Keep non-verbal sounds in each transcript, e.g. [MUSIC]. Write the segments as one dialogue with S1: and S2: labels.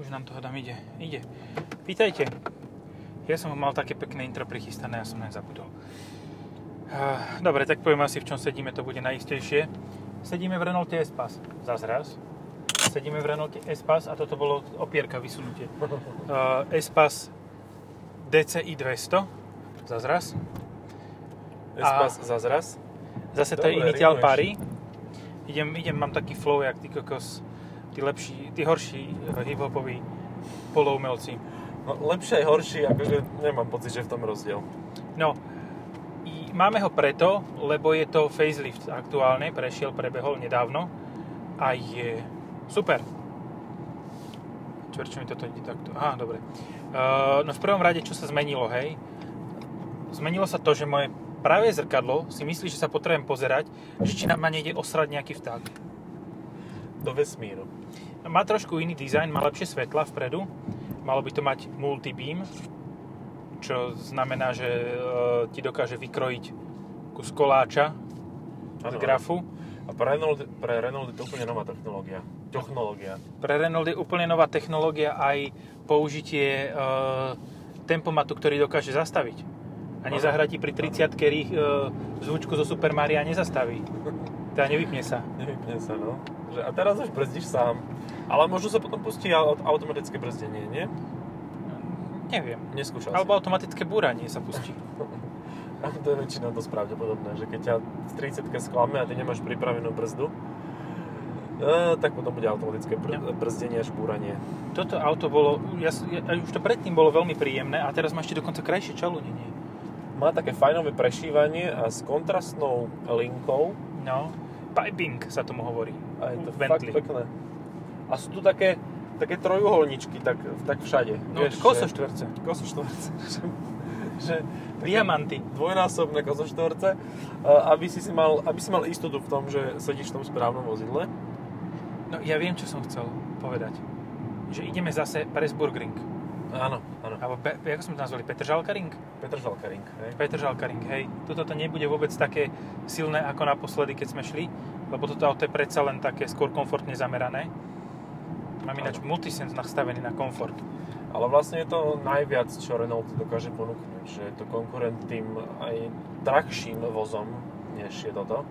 S1: Už nám to hádam ide. Ide. Vítajte. Ja som mal také pekné intro prichystané a som len zabudol. Ah, Dobre, tak poviem asi, v čom sedíme, to bude najistejšie. Sedíme v Renaulte Espace. Zas raz. Sedíme v Renaulte Espace a toto bolo opierka vysunutie. Uh, Espace DCI 200. Zas raz.
S2: Espas
S1: A-
S2: a... zazraz.
S1: Zase to je
S2: Dobre,
S1: initiál
S2: rýmuješ.
S1: pary. Idem, idem, mám taký flow, jak ty kokos, tí lepší, tí horší eh, hip-hopoví poloumelci.
S2: No, lepšie aj horší, akože nemám pocit, že je v tom rozdiel.
S1: No, i máme ho preto, lebo je to facelift aktuálne, prešiel, prebehol nedávno a je super. Čo, prečo mi toto ide takto? Aha, dobre. Uh, no v prvom rade, čo sa zmenilo, hej? Zmenilo sa to, že moje pravé zrkadlo si myslí, že sa potrebujem pozerať, že či na ma nejde osrať nejaký vták.
S2: Do vesmíru.
S1: Má trošku iný dizajn, má lepšie svetla vpredu. Malo by to mať multibeam, čo znamená, že e, ti dokáže vykrojiť kus koláča z
S2: Áno.
S1: grafu.
S2: A pre Renault, pre Renault je to úplne nová technológia. Technológia.
S1: Pre Renault je úplne nová technológia aj použitie e, tempomatu, ktorý dokáže zastaviť. A
S2: Áno.
S1: nezahratí pri 30 rých e, zvučku zo Super Maria nezastaví. Teda nevypne sa.
S2: Nevypne sa, no. Že, a teraz už brzdíš sám. Ale možno sa potom pustí au- automatické brzdenie, nie?
S1: Neviem.
S2: Neskúšal
S1: Alebo automatické búranie sa pustí.
S2: som. [LAUGHS] To je väčšinou dosť pravdepodobné, že keď ťa z 30 sklame a ty nemáš pripravenú brzdu, e, tak potom bude automatické br-
S1: Ja.
S2: brzdenie a špúranie.
S1: Toto auto bolo, ja, ja, už to predtým bolo veľmi príjemné a teraz má ešte dokonca krajšie čalúnenie.
S2: Má také fajnové prešívanie a s kontrastnou linkou
S1: No. Piping sa tomu hovorí.
S2: A je to
S1: Bentley.
S2: fakt pekné. A sú tu také, také trojuholničky, tak, tak všade.
S1: No,
S2: že-
S1: koso štvorce.
S2: Koso štvorce. [LAUGHS] že- že také
S1: Diamanty.
S2: Dvojnásobné koso štvorce, a aby si, si mal, aby si mal istotu v tom, že sedíš v tom správnom vozidle.
S1: No ja viem, čo som chcel povedať. Že ideme zase Presburgring.
S2: Áno, áno.
S1: Alebo, pe, ako sme to nazvali, Petržalka ring?
S2: Petr Žalkaring. hej.
S1: Petržalka ring, hej. Toto to nebude vôbec také silné ako naposledy, keď sme šli, lebo toto auto je predsa len také skôr komfortne zamerané. Mám ináč multisense nastavený na komfort.
S2: Ale vlastne je to najviac, čo Renault dokáže ponúknuť. Že je to konkurent tým aj drahším vozom, než je toto.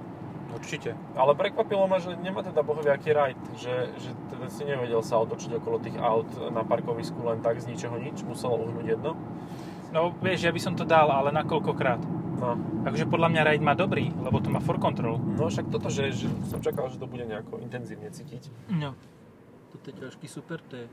S1: Určite.
S2: Ale prekvapilo ma, že nemá teda bohoviaký ride, že, že teda si nevedel sa otočiť okolo tých aut na parkovisku len tak z ničoho nič, musel uhnúť jedno.
S1: No vieš, ja by som to dal, ale na koľkokrát?
S2: No,
S1: Takže Akože podľa mňa ride má dobrý, lebo to má for control.
S2: no však toto, že, že som čakal, že to bude nejako intenzívne cítiť.
S1: No. Toto je ťažký super, to je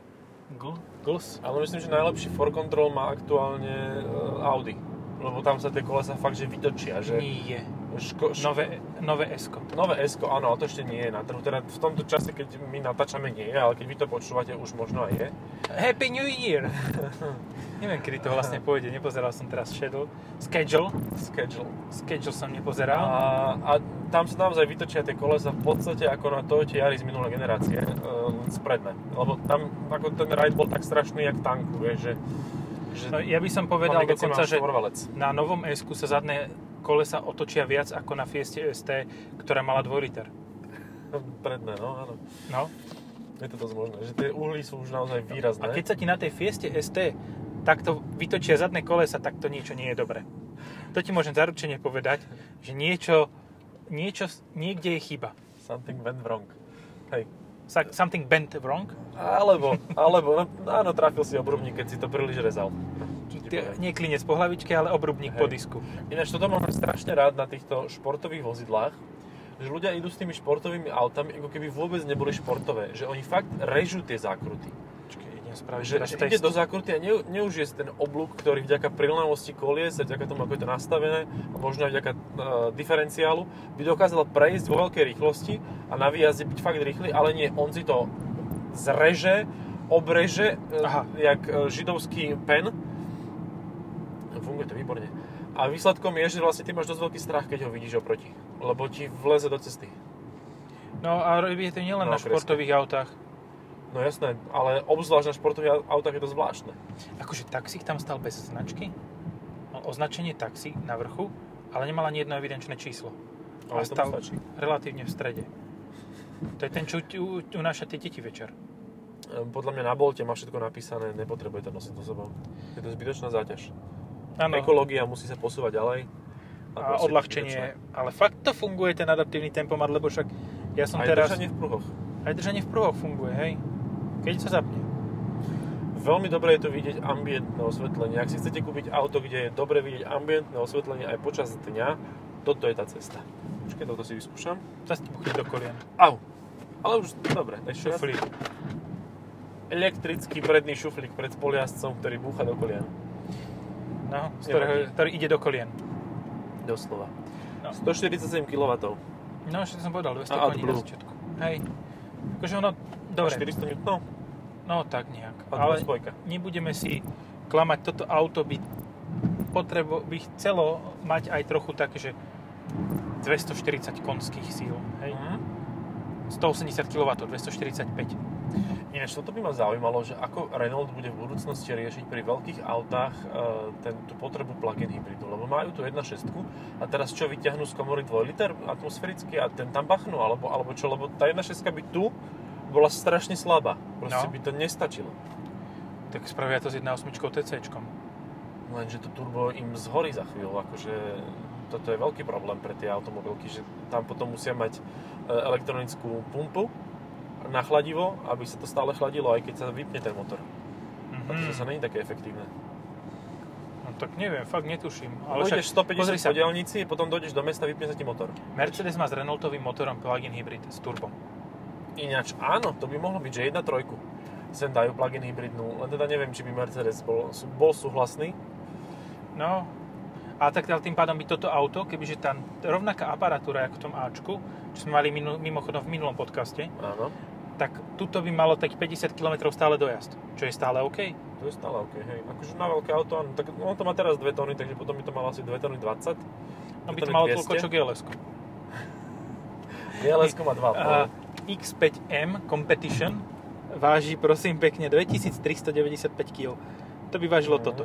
S1: gl- gls.
S2: Ale myslím, že najlepší for control má aktuálne e, Audi. Lebo tam sa tie kolesa fakt, že vytočia, že...
S1: Nie.
S2: Ško, ško,
S1: Nové, nové S-ko.
S2: Nové s áno, ale to ešte nie je na trhu. Teda v tomto čase, keď my natáčame, nie je, ale keď vy to počúvate, už možno aj je.
S1: Happy New [LAUGHS] Year! Neviem, kedy to vlastne pôjde, nepozeral som teraz schedule. Schedule?
S2: Schedule.
S1: Schedule som nepozeral.
S2: A, a tam sa naozaj vytočia tie kolesa v podstate ako na Toyota Yaris z minulé generácie, len spredné. Lebo tam ako ten ride bol tak strašný, jak v tanku, vieš, že... že
S1: No, ja by som povedal
S2: hlavne, keď si
S1: dokonca,
S2: máš
S1: že
S2: štvorvalec.
S1: na novom S-ku sa zadné kolesa otočia viac ako na Fieste ST, ktorá mala 2 liter.
S2: Predné, no áno.
S1: No.
S2: Je to dosť možné, že tie uhly sú už naozaj výrazné.
S1: A keď sa ti na tej Fieste ST takto vytočia zadné kolesa, tak to niečo nie je dobré. To ti môžem zaručene povedať, že niečo, niečo niekde je chyba.
S2: Something went wrong. Hej.
S1: Sa- Something bent wrong.
S2: Alebo, alebo, no, áno, trafil si obrubník, keď si to príliš rezal. Čo ti
S1: Ty-
S2: poviem.
S1: Nie klinec po hlavičke, ale obrubník
S2: Hej.
S1: po disku.
S2: Ináč toto mám strašne rád na týchto športových vozidlách, že ľudia idú s tými športovými autami, ako keby vôbec neboli športové. Že oni fakt režú tie zákruty.
S1: Počkej, idem spraviť
S2: Že,
S1: teraz
S2: že
S1: test.
S2: ide do zákruty a ne, neužije si ten oblúk, ktorý vďaka prilnavosti kolies a vďaka tomu, ako je to nastavené, a možno aj vďaka e, diferenciálu, by dokázal prejsť vo veľkej rýchlosti a na výjazde byť fakt rýchly, ale nie, on si to zreže, obreže, e,
S1: Aha.
S2: jak e, židovský pen. Funguje to výborne. A výsledkom je, že vlastne ty máš dosť veľký strach, keď ho vidíš oproti, lebo ti vleze do cesty.
S1: No a robí to nielen
S2: No,
S1: na športových autách.
S2: No jasné, ale obzvlášť na športových autách je to zvláštne.
S1: Akože taxík tam stal bez značky. Mal označenie taxi na vrchu, ale nemal ani jedno evidenčné číslo.
S2: Ale
S1: A
S2: to
S1: stav-
S2: stačí.
S1: Relatívne v strede. To je ten, čo ti u- unáša tie deti večer.
S2: Ehm, Podľa mňa na Bolte má všetko napísané, nepotrebuje to nosiť so sebou. Je to zbytočná záťaž.
S1: Áno.
S2: Ekológia musí sa posúvať ďalej.
S1: A
S2: proste
S1: odľahčenie. Ale fakt to funguje, ten adaptívny tempomat, lebo však ja
S2: zbytočné.
S1: som
S2: Aj
S1: teraz...
S2: držanie v pruhoch.
S1: Aj držanie v pruhoch funguje, hej. Keď sa zapne.
S2: Veľmi dobre je tu vidieť ambientné osvetlenie. Ak si chcete kúpiť auto, kde je dobre vidieť ambientné osvetlenie aj počas dňa, toto je tá cesta. Počkaj, toto si vyskúšam.
S1: Zase ti buchne do kolien.
S2: Au! Ale už, dobre, ešte raz.
S1: Šuflík.
S2: Elektrický predný šuflík pred poliascom, ktorý búcha do kolien.
S1: No, z ktorého, ktorý ide do kolien.
S2: Doslova.
S1: No.
S2: 147 kW.
S1: No, ešte som povedal, 200 koní
S2: A
S1: na
S2: AdBlue.
S1: začiatku. Hej. Akože ono, dobre,
S2: 400 Nm.
S1: no tak nejak.
S2: A
S1: Ale
S2: dvojka.
S1: nebudeme si klamať, toto auto by, potrebo, by chcelo mať aj trochu také, že 240 konských síl, hej.
S2: Mhm.
S1: 180 kW, 245.
S2: Ináč, toto by ma zaujímalo, že ako Renault bude v budúcnosti riešiť pri veľkých autách e, ten, tú potrebu plug-in hybridu, lebo majú tu 1.6 a teraz čo, vyťahnú z komory 2 liter atmosférický a ten tam bachnú, alebo, alebo čo, lebo tá 1.6 by tu bola strašne slabá, proste
S1: No.
S2: no. by to nestačilo.
S1: Tak spravia to s 1.8 TCčkom.
S2: Lenže to turbo im zhorí za chvíľu, akože toto je veľký problém pre tie automobilky, že tam potom musia mať e, elektronickú pumpu na chladivo, aby sa to stále chladilo, aj keď sa vypne ten motor.
S1: Mhm.
S2: Pretože sa není také efektívne.
S1: No tak neviem, fakt netuším.
S2: Ale
S1: však-
S2: Pôjdeš 150
S1: pozri
S2: po diaľnici, potom dojdeš do mesta, vypne sa ti motor.
S1: Mercedes má s Renaultovým motorom plug-in hybrid s turbom.
S2: Ináč áno, to by mohlo byť, že jedna trojku. Sem dajú plug-in hybridnú, len teda neviem, či by Mercedes bol, sú- bol súhlasný.
S1: No, a tak ale tým pádom by toto auto, kebyže tá rovnaká aparatúra ako v tom Ačku, čo sme mali minu, mimochodom v minulom podcaste,
S2: Áno,
S1: tak tuto by malo tak 50 km stále dojazd, čo je stále OK.
S2: to je stále OK, hej. Akože na veľké auto, áno, tak on to má teraz 2 tony, takže potom by to malo asi 2 tony 20.
S1: No by
S2: Tuto
S1: to
S2: je
S1: malo
S2: 200.
S1: toľko, čo gls -ko.
S2: DLS má 2,5.
S1: A X5M Competition váži prosím pekne 2395 kg. To by vážilo
S2: Mhm.
S1: toto.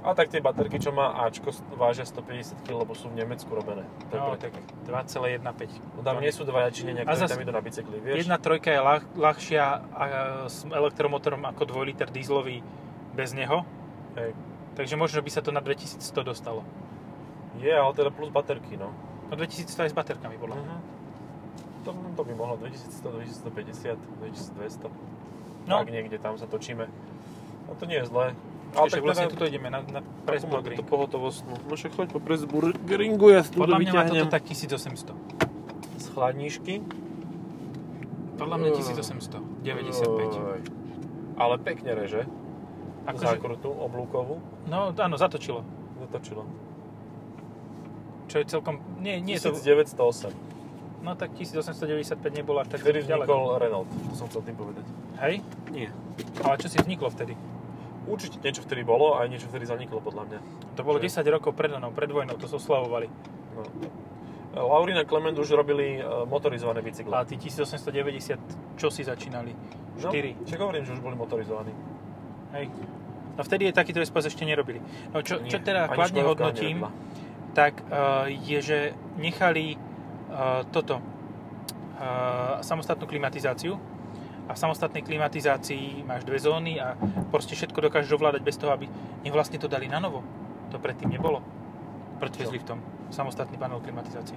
S2: A tak tie baterky, čo má Ačko, vážia 150 kg, lebo sú v Nemecku robené. To je
S1: No,
S2: preto.
S1: tak 2,15.
S2: No, tam nie sú dvaja Číňania,
S1: A
S2: ktorí
S1: zas-
S2: tam idú na bicykli, vieš?
S1: Jedna trojka je ľah, ľahšia a, s elektromotorom ako 2 liter dízlový bez neho,
S2: Hej.
S1: takže možno by sa to na 2100 dostalo.
S2: Je, ale teda plus baterky, no.
S1: No 2100 aj s baterkami podľa mňa.
S2: Mhm. To, to by mohlo 2100, 2150, 2200.
S1: No,
S2: No. Ak niekde tam sa točíme. No to nie je zlé.
S1: ale tak vlastne tuto ideme na, na press
S2: teda to
S1: burgering.
S2: pohotovostnú. No však choď po pressburgeringu, ja si tu
S1: Podľa mňa má toto
S2: vyťahnem
S1: tak 1800.
S2: z chladničky.
S1: Podľa mňa
S2: Oj.
S1: 1800. 95.
S2: Oj. Ale pekne reže.
S1: Akože,
S2: Zákrutu, oblúkovú.
S1: no áno, zatočilo.
S2: Zatočilo.
S1: Čo je celkom... Nie, nie je to...
S2: 1908.
S1: No tak 1895 nebolo až tak
S2: Vtedy
S1: ďaleko.
S2: vznikol Renault, to som chcel tým povedať.
S1: Hej?
S2: Nie.
S1: Ale čo si vzniklo vtedy?
S2: Určite niečo vtedy bolo, aj niečo vtedy zaniklo podľa mňa.
S1: To bolo
S2: Čo?
S1: 10 rokov pred vojnou, pred vojnou, to oslavovali.
S2: No. Laurina Clement už robili e, motorizované bicykle.
S1: A tí 1890 čo si začínali?
S2: No,
S1: 4.
S2: Čo hovorím, že už boli motorizovaní.
S1: Hej. No vtedy je takýto vespas ešte nerobili. No čo, čo
S2: Nie,
S1: teda
S2: ani
S1: kladne
S2: Škodovka
S1: hodnotím,
S2: nerobila.
S1: tak uh, je, že nechali uh, toto, uh, samostatnú klimatizáciu a v samostatnej klimatizácii máš dve zóny a proste všetko dokážeš ovládať bez toho, aby nech vlastne to dali na novo. To predtým nebolo. Preto
S2: Čo?
S1: s liftom. Samostatný panel klimatizácie.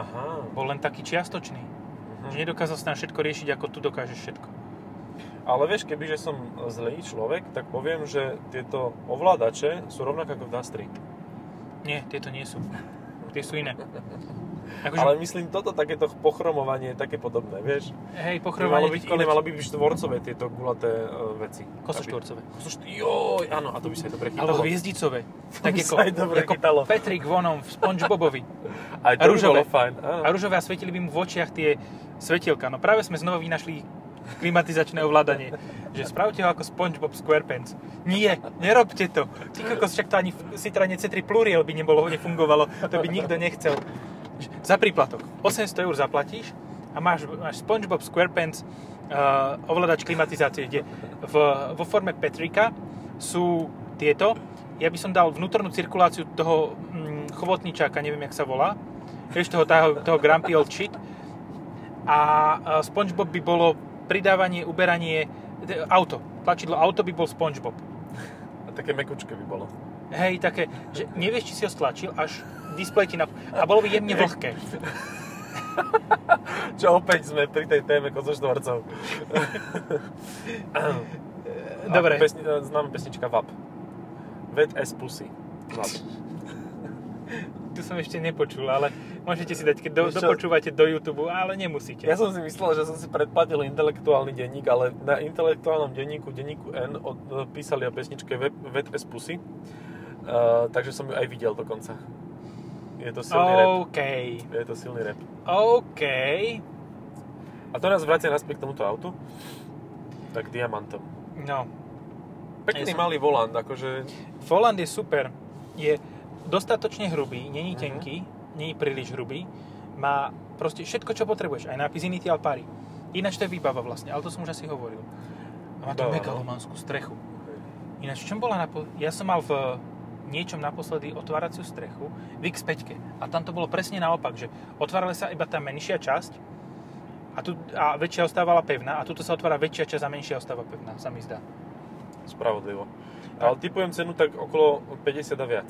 S2: Aha.
S1: Bol len taký čiastočný, že
S2: Mhm.
S1: nedokázal si tam všetko riešiť, ako tu dokážeš všetko.
S2: Ale vieš, kebyže som zlý človek, tak poviem, že tieto ovládače sú rovnaké ako v Dastri.
S1: Nie, tieto nie sú. Tie sú
S2: [LAUGHS]
S1: iné. Akože,
S2: Ale myslím, toto takéto pochromovanie je také podobné, vieš?
S1: hej,
S2: Malo
S1: pochrovanie
S2: byť
S1: tých
S2: iné,
S1: kolec,
S2: malo by byť štvorcové tieto gulaté e, veci.
S1: kosoštvorcové.
S2: Aby- Kosošt... Joj, áno, a to by sa aj dobre chytalo.
S1: Alebo
S2: [LAUGHS]
S1: hviezdicové. Tak
S2: by
S1: ako,
S2: sa aj dobre
S1: ako
S2: chytalo.
S1: Patrick Vonom v Spongebobovi.
S2: Aj to by
S1: Rúžové.
S2: bolo fajn. Áno.
S1: A rúžové a svietili by mu v očiach tie svetielka. No práve sme znova vynašli klimatizačné ovládanie. Že spravte ho ako Spongebob SquarePants. Nie, nerobte to. Ty kokos, však to ani v Citroene C3 Pluriel by nebolo, nefungovalo. To by nikto nechcel. Za príplatok. 800 eur zaplatíš a máš, máš Spongebob SquarePants uh, ovládač klimatizácie, kde v, vo forme Petrika sú tieto. Ja by som dal vnútornú cirkuláciu toho mm, chobotničáka, neviem, jak sa volá. Vieš, toho, toho, toho Grumpy Old Shit. A uh, Spongebob by bolo pridávanie, uberanie, t- auto, tlačidlo auto by bol SpongeBob.
S2: A také mekučke by bolo.
S1: Hej, také, že nevieš, či si ho stlačil, až displej ti na... A bolo by jemne vlhké.
S2: Čo opäť sme pri tej téme kozoštvorcov.
S1: Dobre.
S2: A Pesni, e, známa pesnička VAP. Wet as pussy.
S1: [LAUGHS]
S2: VAP.
S1: Tu som ešte nepočul, ale môžete si dať, keď do,
S2: Vieš čo?
S1: dopočúvate do YouTube, ale nemusíte.
S2: Ja som si myslel, že som si predplatil intelektuálny denník, ale na intelektuálnom denníku, denníku N, od, e, písali o pesničke Wet, Wet as pussy. Uh, takže som ju aj videl dokonca. Je to silný oh. rap.
S1: OK,
S2: Je to silný rap.
S1: OK.
S2: A to nás vracia naspäť k tomuto autu. Tak diamantom.
S1: No,
S2: Pekný
S1: Ja som-
S2: malý volant, akože...
S1: Volant je super. Je dostatočne hrubý, není
S2: Mhm.
S1: tenký, není príliš hrubý. Má proste všetko, čo potrebuješ. Aj nápis Initial Pari. Ináč to je výbava vlastne, ale to som už asi hovoril. A má to
S2: Výbava, no.
S1: megalomanskú strechu. Ináč, v čom bola napo- Ja som mal v niečom naposledy otváraciu strechu v X5 a tam to bolo presne naopak, že otvárala sa iba tá menšia časť a, tu, a väčšia ostávala pevná a tuto sa otvára väčšia časť a menšia ostáva pevná, sa mi zdá.
S2: Spravodlivo. Ale typujem cenu tak okolo 50 a viac.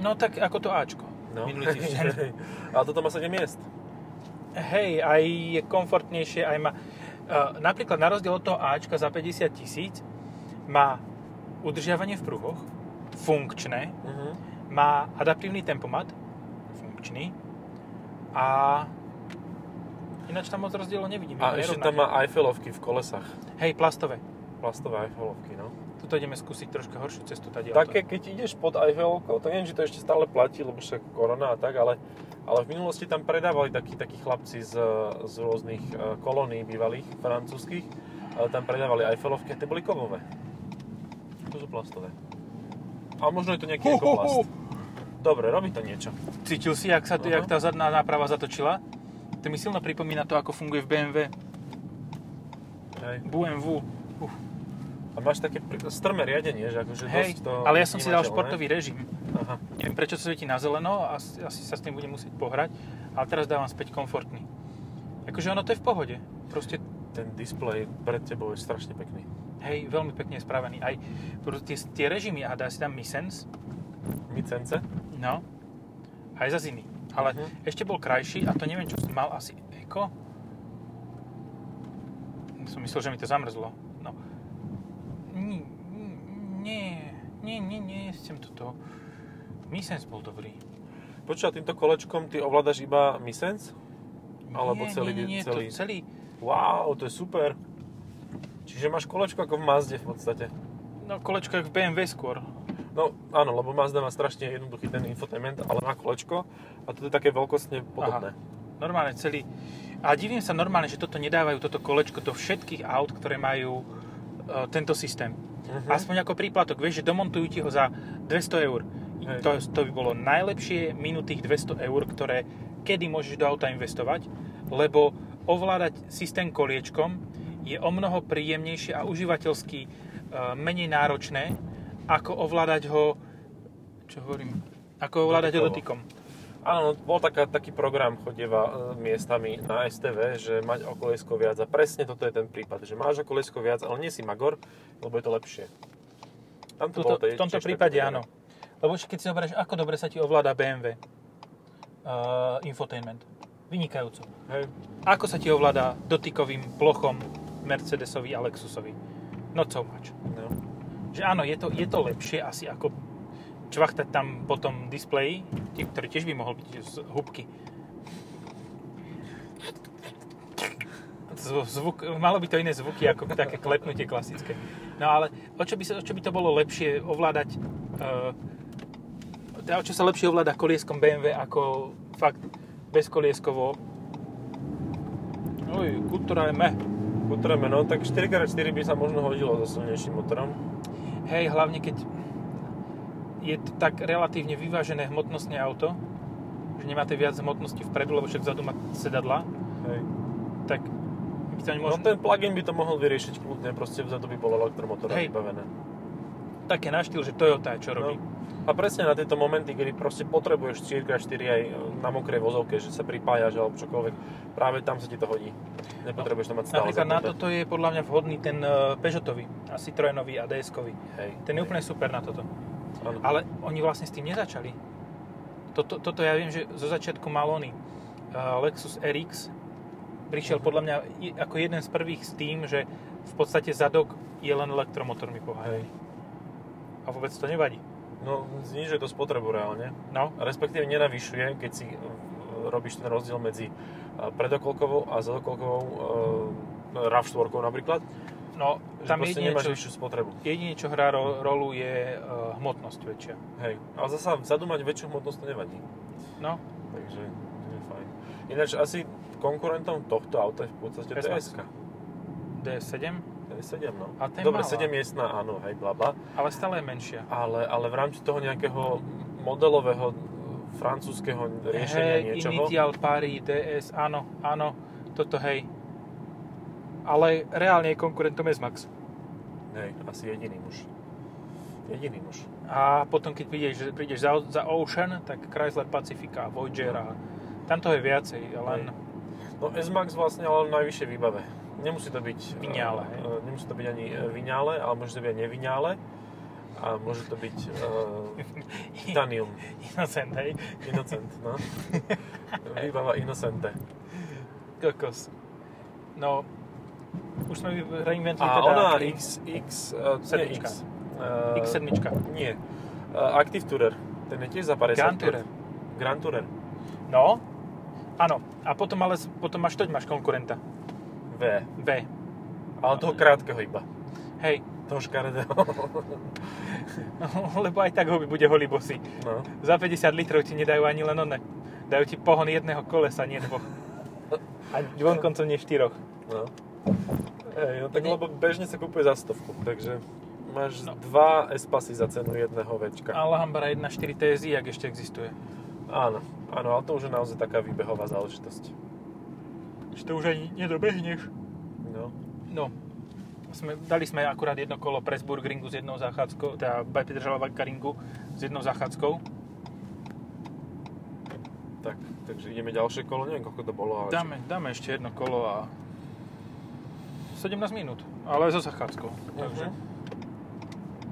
S1: No tak ako to Ačko.
S2: No.
S1: [LAUGHS] Minulý týždeň.
S2: [LAUGHS] Ale toto má 7 miest.
S1: Hej, aj je komfortnejšie, aj má... Uh, napríklad na rozdiel od toho Ačka za 50 tisíc má udržiavanie v pruhoch, funkčné, Mhm.
S2: Uh-huh.
S1: má adaptívny tempomat, funkčný a ináč tam moc rozdielov nevidím.
S2: A ešte tam má Eiffelovky v kolesách.
S1: Hej, plastové.
S2: Plastové Eiffelovky, no.
S1: Tuto ideme skúsiť troška horšiu cestu tady.
S2: Také, keď ideš pod Eiffelovkou, to neviem, či to ešte stále platí, lebo však korona a tak, ale, ale v minulosti tam predávali takí, takí chlapci z, z rôznych e, kolónií bývalých, francúzských, e, tam predávali Eiffelovky a tie boli kovové. To sú plastové. A možno je to nejaký
S1: Hu, hu, hu.
S2: ekoplast. Dobre, robí to niečo.
S1: Cítil si, jak, sa,
S2: Aha.
S1: jak tá zadná náprava zatočila? To mi silno pripomína to, ako funguje v BMW.
S2: Hej.
S1: BMW.
S2: A máš také pr- strmé riadenie, že akože
S1: Hej,
S2: dosť to...
S1: ale ja som si dal
S2: vnímateľné.
S1: športový režim.
S2: Aha.
S1: Neviem prečo to svieti na zeleno, asi, asi sa s tým budem musieť pohrať, ale teraz dávam späť komfortný. Akože ono to je v pohode. Proste,
S2: Ten displej pred tebou je strašne pekný.
S1: hej, veľmi pekne je spravený. Aj pr- tie, tie režimy, aha, dá si tam Misens,
S2: Micence?
S1: no, aj za ziny. Ale
S2: Mhm.
S1: ešte bol krajší a to neviem, čo som mal asi Eko. Som myslel, že mi to zamrzlo. No. Nie, nie, nie, nie, nie, chcem toto. Misens bol dobrý.
S2: Počúva, týmto kolečkom ty ovládaš iba Misence? Alebo
S1: nie,
S2: celý-
S1: nie, nie, nie,
S2: celý-
S1: To celý
S2: Wow, to je super. Čiže máš kolečko ako v Mazde v podstate.
S1: No kolečko je v BMW skôr.
S2: No áno, lebo Mazda má strašne jednoduchý ten infotainment, ale má kolečko a to je také veľkostne podobné.
S1: Normálne celý... A divím sa normálne, že toto nedávajú, toto kolečko do všetkých aut, ktoré majú e, tento systém.
S2: Mhm.
S1: Aspoň ako príplatok, vieš, že domontujú ti ho za 200 eur.
S2: Hej.
S1: To, to by bolo najlepšie minutých 200 eur, ktoré kedy môžeš do auta investovať, lebo ovládať systém koliečkom je o mnoho príjemnejšie a užívateľsky e, menej náročné, ako ovládať ho, čo hovorím, ako ovládať ho
S2: Dotykovo.
S1: dotykom.
S2: Áno, bol taká, taký program, chodieva e, miestami na STV, že mať o kolesko viac a presne toto je ten prípad, že máš o kolesko viac, ale nie si Magor, lebo je to lepšie. Tam to
S1: Tuto,
S2: bolo, to je
S1: v tomto
S2: tiež
S1: prípade
S2: také-
S1: áno.
S2: no.
S1: Lebo však keď si zoberieš, ako dobre sa ti ovláda BMW uh, infotainment. Vynikajúco.
S2: Hej.
S1: Ako sa ti ovláda dotykovým plochom Mercedesovi a Lexusovi. Not so much.
S2: No.
S1: Že áno, je to, je to lepšie asi ako čvachtať tam potom displeji, tie- ktorý tiež by mohol byť z hubky. Zv- Zvuk, malo by to iné zvuky ako také klepnutie klasické. No ale o čo by, sa, o čo by to bolo lepšie ovládať uh, o čo sa lepšie ovláda kolieskom BMW ako fakt bezkolieskovo Oj, E. kulturálne.
S2: Potrebujeme, no tak 4x4 by sa možno hodilo so silnejším motorom.
S1: Hej, hlavne keď je to tak relatívne vyvážené hmotnostne auto, že nemáte viac hmotnosti vpredu, lebo však vzadu má sedadla,
S2: Hej.
S1: tak by to ani
S2: No
S1: možno...
S2: ten plug-in by to mohol vyriešiť kľudne, proste vzadu by bolo elektromotorom
S1: Hej.
S2: vybavené.
S1: také na štýl, že Toyota je, čo robí. No.
S2: A presne na tieto momenty, kedy proste potrebuješ 4x4 aj na mokrej vozovke, že sa pripájaš alebo čokoľvek, práve tam sa ti to hodí. Nepotrebuješ to mať stále.
S1: Napríklad na
S2: zapnuté.
S1: toto je podľa mňa vhodný ten e, Peugeotový a Citroenový a DS-kový.
S2: Hej.
S1: Ten je úplne super na toto.
S2: Áno.
S1: Ale oni vlastne s tým nezačali. Toto, toto ja viem, že zo začiatku mal oni eh, Lexus RX. Prišiel
S2: Mhm.
S1: podľa mňa i- ako jeden z prvých s tým, že v podstate zadok je len elektromotormi pohájaný. A vôbec to nevadí.
S2: No, znižuje to spotrebu reálne.
S1: No,
S2: Respektíve nenavyšuje, keď si e, robíš ten rozdiel medzi e, predokolkovou a zadokolkovou e, RAV4 napríklad.
S1: no
S2: Že
S1: tam
S2: proste
S1: jedine
S2: nemáš
S1: čo,
S2: vyššiu spotrebu.
S1: jedine, čo hrá ro, rolu, je eh, hmotnosť väčšia.
S2: Hej. Ale zasa vzadu mať väčšiu hmotnosť to nevadí.
S1: No,
S2: Takže to je fajn. Ináč asi konkurentom tohto auta je v podstate
S1: S-Max.
S2: ds
S1: DS7,
S2: To je 7, no.
S1: A to je
S2: Dobre,
S1: malá.
S2: 7 miestna, áno, hej, blabla.
S1: ale stále je menšia.
S2: Ale, ale v rámci toho nejakého modelového e, francúzského riešenia
S1: hej,
S2: niečoho.
S1: Initial Paris DS, áno, áno, toto hej. Ale reálne je konkurentom S-Max.
S2: Hej, asi jediný muž. Jediný muž.
S1: A potom, keď prídeš, prídeš za, za Ocean, tak Chrysler Pacifica, Voyager a tamto je viacej, len
S2: No S-Max vlastne ale v najvyššej výbave. Nemusí to byť... e,
S1: Viňále, hej.
S2: e, Nemusí to byť ani e, viňále, ale môže to byť aj neviňále. A môže to
S1: [LAUGHS]
S2: byť uh, titanium.
S1: Innocent, hej. [LAUGHS]
S2: Innocent, no. Výbava Innocente.
S1: Kokos. No, už sme vyinventili
S2: A
S1: teda...
S2: ona
S1: tri-
S2: X, X, uh, nie
S1: Sedmička.
S2: X. Uh,
S1: X7.
S2: Nie. Uh, Active Tourer. Ten je tiež za 50.
S1: Grand Tourer.
S2: Grand Tourer.
S1: No, áno. A potom ale, s- potom máš toť, máš konkurenta.
S2: V.
S1: V.
S2: Ale toho krátkeho iba.
S1: Hej. [LAUGHS] No,
S2: Toho škaredého. [LAUGHS]
S1: Lebo aj tak ho bude holý bosý.
S2: no.
S1: Za 50 litrov ti nedajú ani len one. Dajú ti pohon jedného kolesa, nie dvoch. A dvonkoncom nie štyroch.
S2: No. Ej, no tak
S1: Nie.
S2: lebo bežne sa kúpuje za stovku, takže máš
S1: No.
S2: dva S-pasy za cenu jedného Včka.
S1: Alhambra 1.4 TSI, ak ešte existuje.
S2: Áno, áno, ale to už je naozaj taká výbehová záležitosť.
S1: Že to už ani nedobehneš.
S2: No.
S1: No, sme, dali sme akurát jedno kolo Pressburgringu s jednou záchádzkou, teda Bajpidržalovacaringu s jednou záchádzkou.
S2: Tak, takže ideme ďalšie kolo, neviem koľko to bolo, ale...
S1: Dáme, dáme ešte jedno kolo a... 17 minút, ale so zachádzkou. Takže
S2: Takže?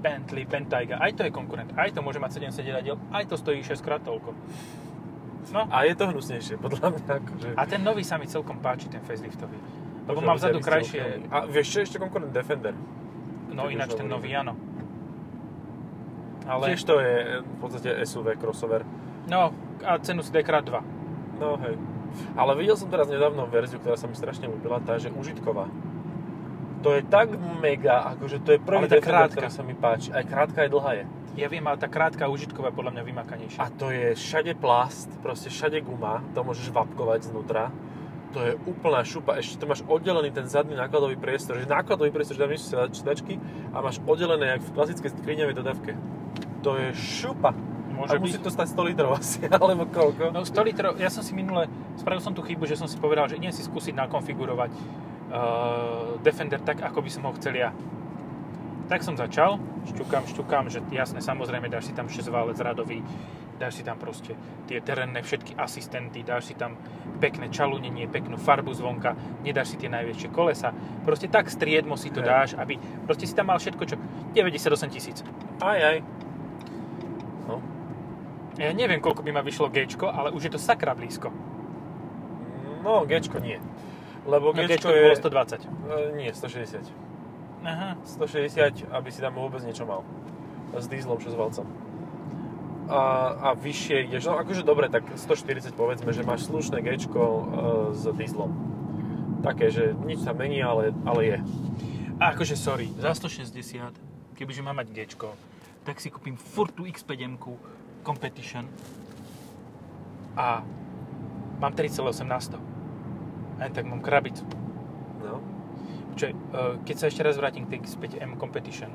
S1: Bentley, Bentayga, aj to je konkurent, aj to môže mať 7 sedadiel, aj to stojí 6 krát toľko. No,
S2: A je to hnusnejšie, podľa mňa, akože...
S1: a ten nový sa mi celkom páči, ten faceliftový. Lebo
S2: Možno
S1: má
S2: by
S1: vzadu
S2: ťa
S1: krajšie,
S2: vystihol. A vieš čo, ešte konkurent Defender.
S1: no
S2: Keď už
S1: ináč ten
S2: hovoríme.
S1: nový, áno. Ale,
S2: Ale... Tiež to je e, v podstate SUV crossover.
S1: no, a cenu si dekrát 2.
S2: No hej. Ale videl som teraz nedávno verziu, ktorá sa mi strašne ľúbila, tá, že užitková. To je tak mega, akože to je prvý
S1: Ale tá
S2: Defender,
S1: krátka.
S2: ktorý sa mi páči. Aj krátka, aj dlhá je.
S1: Ja viem, ale tá krátka užitková je podľa mňa vymakanejšia.
S2: A to je všade plast, proste všade guma, to môžeš vapkovať znútra. To je úplná šupa, ešte to máš oddelený ten zadný nákladový priestor, že nákladový priestor, že tam nie sú sedač- sedačky a máš oddelené jak v klasickej skriňovej dodávke. To je šupa.
S1: Môže
S2: a musí
S1: byť.
S2: to stať 100 litrov [LAUGHS] asi, alebo koľko.
S1: No 100 litrov, ja som si minule, spravil som tú chybu, že som si povedal, že idem si skúsiť nakonfigurovať uh, Defender tak, ako by som ho chcel ja. Tak som začal, šťukám, šťukám, že jasné, samozrejme, dáš si tam 6 válec radový, dáš si tam proste tie terénne všetky asistenty, dáš si tam pekné čalunenie, peknú farbu zvonka, nedáš si tie najväčšie kolesa. Proste tak striedmo si to
S2: Hej.
S1: dáš, aby proste si tam mal všetko, čo... 98 tisíc.
S2: Aj, aj. No.
S1: Ja neviem, koľko by ma vyšlo G, ale už je to sakra blízko.
S2: No, Gčko nie. Lebo
S1: No, G
S2: Gčko
S1: by
S2: je...
S1: bolo 120.
S2: e, nie, 160.
S1: Aha.
S2: 160, aby si tam vôbec niečo mal. S dieslom 6 valcom. A, a vyššie ideš, no akože dobre, tak 140 povedzme, že máš slušné Gčko e, s dieslom. Také, že nič sa mení, ale, ale je.
S1: A akože sorry, za 160, kebyže mám mať G, tak si kúpim furt tú X5 Competition a mám 3,8 na 100. Aj tak mám krabicu.
S2: No.
S1: Čiže keď sa ešte raz vrátim k tej X5M Competition,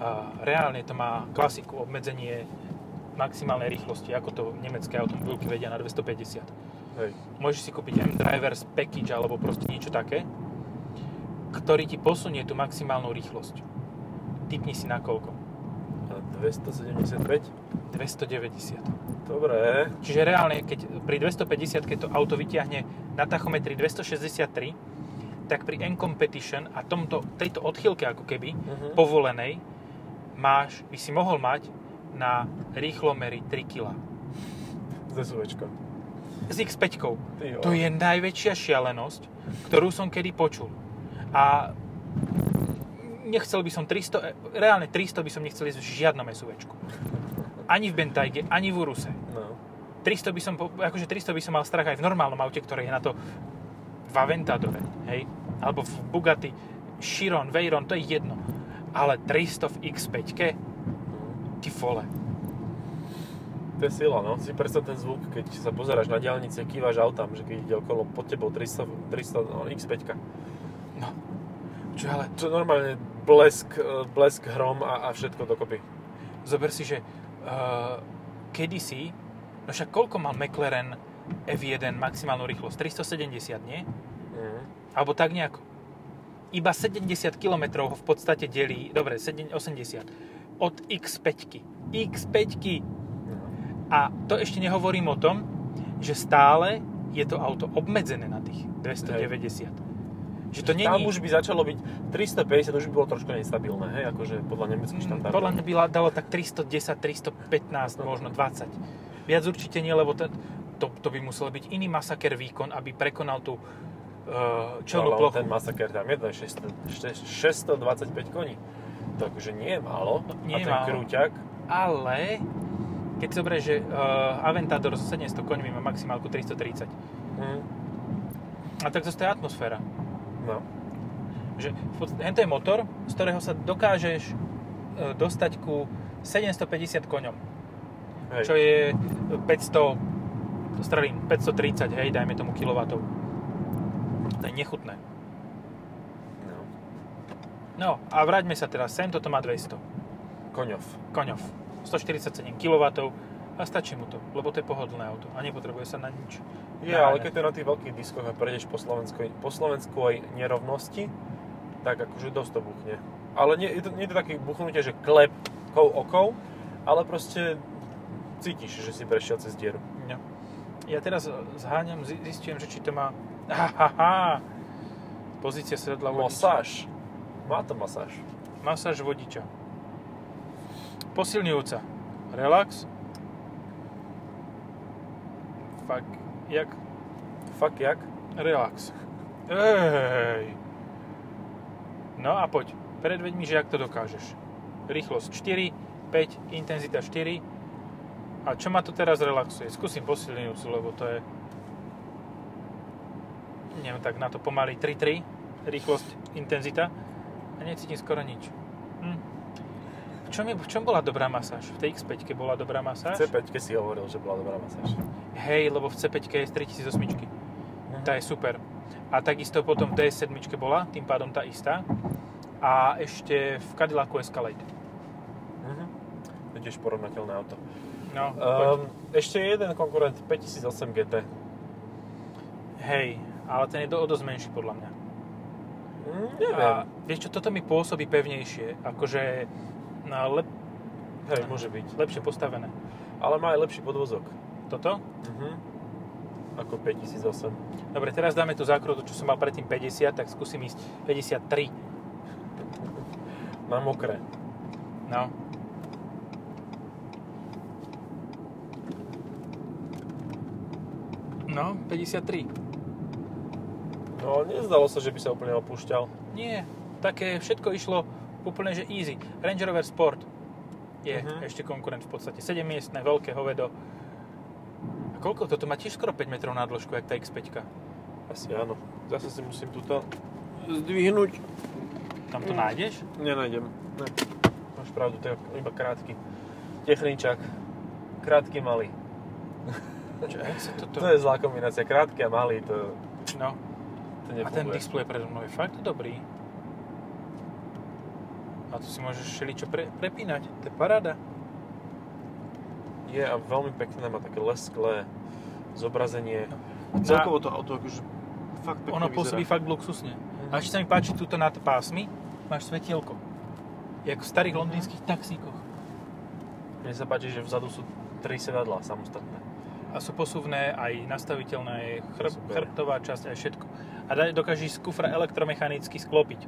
S1: a reálne to má klasiku obmedzenie maximálnej rýchlosti, ako to nemecké automobilky vedia na 250.
S2: Hej.
S1: Môžeš si kúpiť M-Drivers Package alebo proste niečo také, ktorý ti posunie tú maximálnu rýchlosť. Typni si na koľko.
S2: 275.
S1: 290.
S2: Dobre.
S1: Čiže reálne, keď pri 250, keď to auto vyťahne na tachometri 263, tak pri N-Competition a tomto, tejto odchýlke ako keby,
S2: Mhm.
S1: povolenej, máš, by si mohol mať na rýchlomery 3 kg.
S2: Zesuvečka.
S1: S X5.
S2: Ty jo.
S1: To je najväčšia šialenosť, ktorú som kedy počul. A nechcel by som 300, e- reálne 300 by som nechcel ísť v žiadnom SUVčku. Ani v Bentayge, ani v Uruse.
S2: No.
S1: 300 by som, po- akože 300 by som mal strach aj v normálnom aute, ktoré je na to v Aventadore, hej? Alebo v Bugatti, Chiron, Veyron, to je jedno. Ale 300 v X5, ty vole.
S2: To je sila, no. Si predstav ten zvuk, keď sa pozeráš na diálnice, kývaš autám, že keď ide okolo pod tebou 300, 300 no, X5.
S1: No, čo ale,
S2: To je normálne blesk, eh, blesk hrom a, a všetko dokopy.
S1: zober si, že uh, kedysi, no však koľko mal McLaren F1 maximálnu rýchlosť? 370, nie?
S2: Mhm.
S1: Alebo tak nejako. Iba 70 km ho v podstate delí, dobre, 7, 80, od X5. X5
S2: No.
S1: a to ešte nehovorím o tom, že stále je to auto obmedzené na tých 290. Že to
S2: Tam
S1: není...
S2: už by začalo byť 350, už by bolo trošku nestabilné, hej, akože podľa nemeckých
S1: Mm,
S2: štandardov.
S1: Podľa mňa by la- dalo tak 310, 315, no možno 20. Viac určite nie, lebo ten, to, to by musel byť iný masaker výkon, aby prekonal tú uh, čelnú
S2: Ale on
S1: plochu.
S2: Ten masaker tam je, to je 600, 625 koní. Takže nie je málo.
S1: Nie
S2: a
S1: je
S2: ten
S1: málo.
S2: krúťak,
S1: Ale keď si zoberieš, že uh, Aventador so 700 koňmi má maximálku 330.
S2: mm,
S1: A tak zase to je atmosféra.
S2: no,
S1: Že v podstate, hento je motor, z ktorého sa dokážeš uh, dostať ku 750 koňom.
S2: hej.
S1: čo je 500, strelím, 530, hej, dajme tomu kilovatov. To je nechutné.
S2: No.
S1: No a vráťme sa teraz sem, toto má 200
S2: Koňov.
S1: koňov, 147 kW a stačí mu to, lebo to je pohodlné auto a nepotrebuje sa na nič.
S2: Je, ale keď to je na tých veľkých diskoch a prejdeš po Slovensku, po Slovensku aj nerovnosti, tak akože dosť to buchne. Ale nie, je to, nie je to také buchnutie, že klep kou okou, ale proste cítiš, že si prešiel cez dieru.
S1: No. Ja teraz eh, zháňam, zi- zistujem, že či to má... Ha, ha, ha. Pozícia sedadla vodiča.
S2: Masáž. Má to masáž.
S1: Masáž vodiča. Posilňujúca. Relax. Fak, jak?
S2: Fakt jak?
S1: Relax. Ej. No a poď, predveď mi, že jak to dokážeš. Rýchlosť 4, 5, intenzita 4. A čo ma tu teraz relaxuje? Skúsim posilňujúcu, lebo to je... Neviem, tak na to pomaly 3-3. Rýchlosť, intenzita. A necítim skoro nič. Hm. V, čom je, v čom bola dobrá masáž? V tej X5 bola dobrá masáž?
S2: C5 si hovoril, že bola dobrá masáž.
S1: Hej, lebo v C5 je z 3008. Tá je super. A takisto potom DS7 bola, tým pádom tá istá. A ešte v Cadillacu Escalade.
S2: Mhm. To je tiež porovnateľné auto.
S1: No, poď.
S2: Um, ešte jeden konkurent, 5008 GT.
S1: hej, ale ten je do, o dosť menší podľa mňa.
S2: Mm, neviem.
S1: A vieš čo, toto mi pôsobí pevnejšie, akože no, lep,
S2: Hej, môže byť.
S1: lepšie postavené.
S2: Ale má aj lepší podvozok.
S1: Toto?
S2: Mhm. Ako 5008.
S1: Dobre, teraz dáme tú zákrutu, čo som mal predtým 50, tak skúsim ísť 53.
S2: Na mokré.
S1: No. No, 53.
S2: No, nezdalo sa, že by sa úplne opúšťal.
S1: Nie, také všetko išlo úplne že easy. Range Rover Sport je
S2: Mhm.
S1: ešte konkurent v podstate. 7 miestne, veľké hovedo. A koľko? Toto má tiež skoro 5 metrov na dĺžku, jak tá X5.
S2: Asi áno. Zase si musím túto zdvihnúť.
S1: Tam to
S2: Mm.
S1: nájdeš?
S2: Nenájdem. Ne. Máš pravdu, to je iba krátky. Techničák. Krátky malý.
S1: Čo, jak sa toto...
S2: To je zlá kombinácia. Krátky a malý, to,
S1: No.
S2: to
S1: A ten
S2: nefunguje.
S1: displej predo mnou je fakt dobrý. A tu si môžeš všeličo pre, prepínať. To je paráda.
S2: Je a veľmi pekné, má také lesklé zobrazenie.
S1: Na-
S2: No. Celkovo to auto akože fakt pekne
S1: Ono pôsobí
S2: vyzerá. Mhm.
S1: fakt luxusne. A ešte sa mi
S2: Mhm.
S1: páči, tuto nad pásmi máš svetielko. Jak v starých londýnskych taxíkoch.
S2: Mne sa páči, že vzadu sú tri sedadlá samostatné.
S1: A sú posuvné, aj nastaviteľné, je chrb,
S2: Super.
S1: chrbtová časť, aj všetko. A dá- dokážeš z kufra elektromechanicky sklopiť.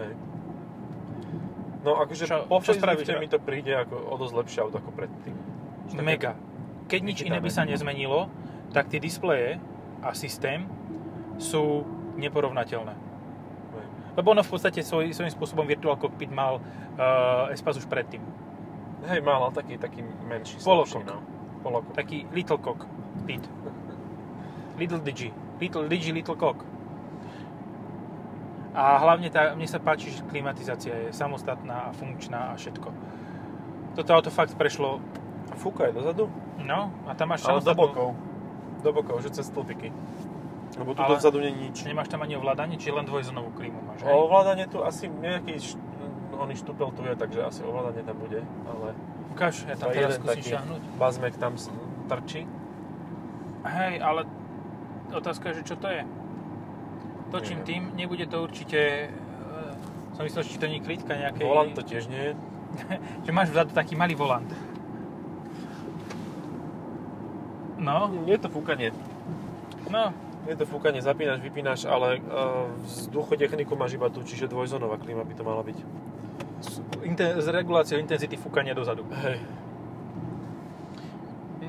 S2: Hej. No akože
S1: Čo-
S2: po
S1: čo
S2: facelifte
S1: spravíš?
S2: mi to príde ako o dosť lepšie auto ako predtým. Že také-
S1: Mega. Keď nič iné by sa
S2: Nechytáme.
S1: nezmenilo, tak tie displeje a systém sú neporovnateľné.
S2: Hej.
S1: Lebo ono v podstate svoj, svojím spôsobom Virtual Cockpit mal uh, Espas už predtým.
S2: Hej, mal ale taký, taký menší,
S1: Polokok.
S2: slabší, no. Polokok.
S1: Taký Little Cock. Lit. Little Digi. Little Digi, Little Cock. A hlavne tá, mne sa páči, že klimatizácia je samostatná a funkčná a všetko. Toto auto fakt prešlo,
S2: Fúka aj dozadu,
S1: no, a tam máš
S2: ale do
S1: samostatnú-
S2: bokov. Do bokov, že cez stĺpiky. Lebo tu
S1: Ale-
S2: dozadu nie je nič.
S1: Nemáš tam ani ovládanie, či len dvojzónovú klímu máš, hej?
S2: Ovládanie tu asi nejaký št- oný štupel tu je, takže asi ovládanie tam bude, ale
S1: Ukáž, ja tam
S2: Iba
S1: teraz
S2: jeden
S1: skúsim
S2: taký.
S1: šahnuť.
S2: bazmek tam s- trčí.
S1: Hej, ale otázka je, že čo to je? Točím tým, nebude to určite... e, Som myslel, že či to nie je klitka nejakej...
S2: Volant to tiež nie je.
S1: Že máš vzadu taký malý volant. No,
S2: Je to fúkanie.
S1: no,
S2: Je to fúkanie, zapínaš, vypínaš, ale uh, vzduchotechniku máš iba tu, čiže dvojzónová klíma by to mala byť.
S1: s, inten- s reguláciou intenzity fúkania dozadu.
S2: Hej.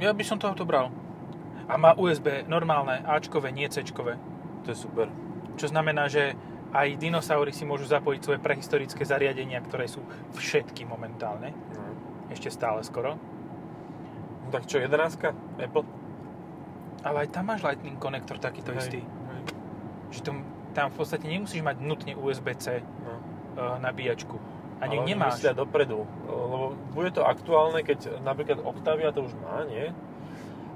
S1: Ja by som to auto bral. A má USB normálne, Ačkové, nie Cčkové.
S2: To je super.
S1: Čo znamená, že aj dinosaury si môžu zapojiť svoje prehistorické zariadenia, ktoré sú všetky momentálne.
S2: No.
S1: Ešte stále skoro.
S2: Tak čo, 11 Apple?
S1: Ale aj tam máš lightning konektor takýto
S2: Hej,
S1: istý.
S2: hej,
S1: Že tam, tam v podstate nemusíš mať nutne USB-C e,
S2: No.
S1: nabíjačku. Ani
S2: Ale oni
S1: nemáš.
S2: Myslia dopredu, lebo bude to aktuálne, keď napríklad Octavia to už má, nie?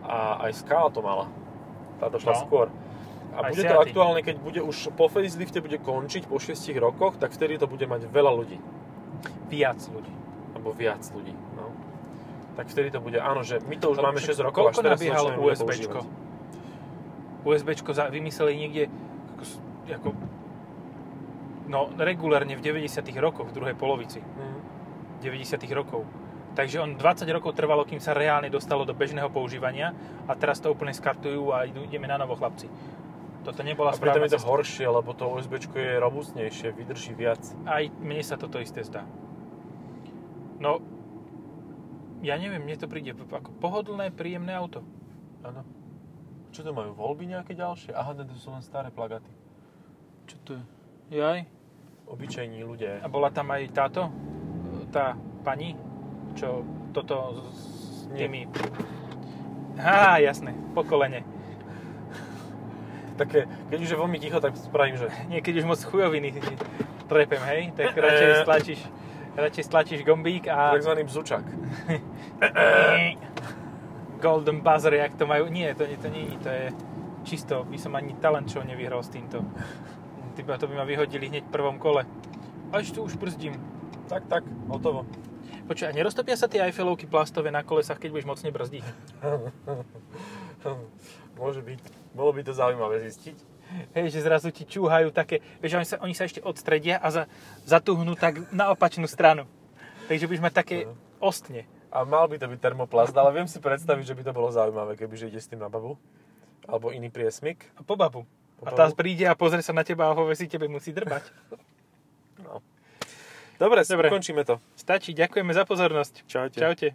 S2: A aj Scala to mala. Tá došla
S1: No.
S2: skôr. A
S1: Aj
S2: bude to
S1: Seaty.
S2: aktuálne, keď bude už po facelifte bude končiť po 6 rokoch, tak vtedy to bude mať veľa ľudí.
S1: Viac ľudí.
S2: Alebo viac ľudí. No. Tak vtedy to bude, áno, že my to už
S1: Lebo
S2: máme
S1: však
S2: 6 rokov, až
S1: koľko
S2: teraz
S1: nabíhalo
S2: začneme
S1: USBčko? USBčko za, vymysleli niekde ako, s- ako, no, regulárne v 90 rokoch, v druhej polovici
S2: Mm.
S1: 90 rokov. Takže on 20 rokov trvalo, kým sa reálne dostalo do bežného používania a teraz to úplne skartujú a idú- ideme na novo, chlapci. Toto
S2: A
S1: nebola
S2: pritom
S1: správna
S2: je to
S1: cesta.
S2: horšie, lebo to USB je robustnejšie, vydrží viac.
S1: Aj mne sa toto isté zdá. No, ja neviem, mne to príde ako pohodlné, príjemné auto.
S2: Áno. Čo to majú, voľby nejaké ďalšie? Aha, ne, to sú len staré plagaty.
S1: Čo to je? Jaj.
S2: Obyčajní ľudia.
S1: A bola tam aj táto, tá pani, čo toto s s
S2: Nie.
S1: tými... Á, jasné, pokolenie.
S2: Také, keď už je veľmi ticho, tak spravím, že...
S1: Niekedy už moc chujoviny trepem, hej? Tak radšej
S2: Eh.
S1: stlačíš, radšej stlačíš gombík a...
S2: Takzvaný bzučak.
S1: Golden buzzer, jak to majú... Nie, to, nie, to nie, to je čisto, by som ani talent show nevyhral s týmto. Ty, to by ma vyhodili hneď v prvom kole. Až tu už brzdím.
S2: Tak, tak, hotovo.
S1: Počkaj, a neroztopia sa tie Eiffelovky plastové na kolesách, keď budeš mocne brzdiť?
S2: [LAUGHS] Môže byť. Bolo by to zaujímavé zistiť.
S1: Hej, že zrazu ti čúhajú také, vieš, oni sa, oni sa ešte odstredia a za, zatuhnú tak na opačnú stranu. Takže budeš mať také
S2: No.
S1: ostne.
S2: A mal by to byť termoplast, ale viem si predstaviť, že by to bolo zaujímavé, kebyže ide s tým na babu. Alebo iný priesmik.
S1: A po babu.
S2: Po
S1: a tá
S2: babu.
S1: príde a pozrie sa na teba a povie si, tebe musí drbať. Dobre.
S2: Dobre, Dobre. skončíme to.
S1: Stačí, ďakujeme za pozornosť.
S2: Čaute.
S1: Čaute.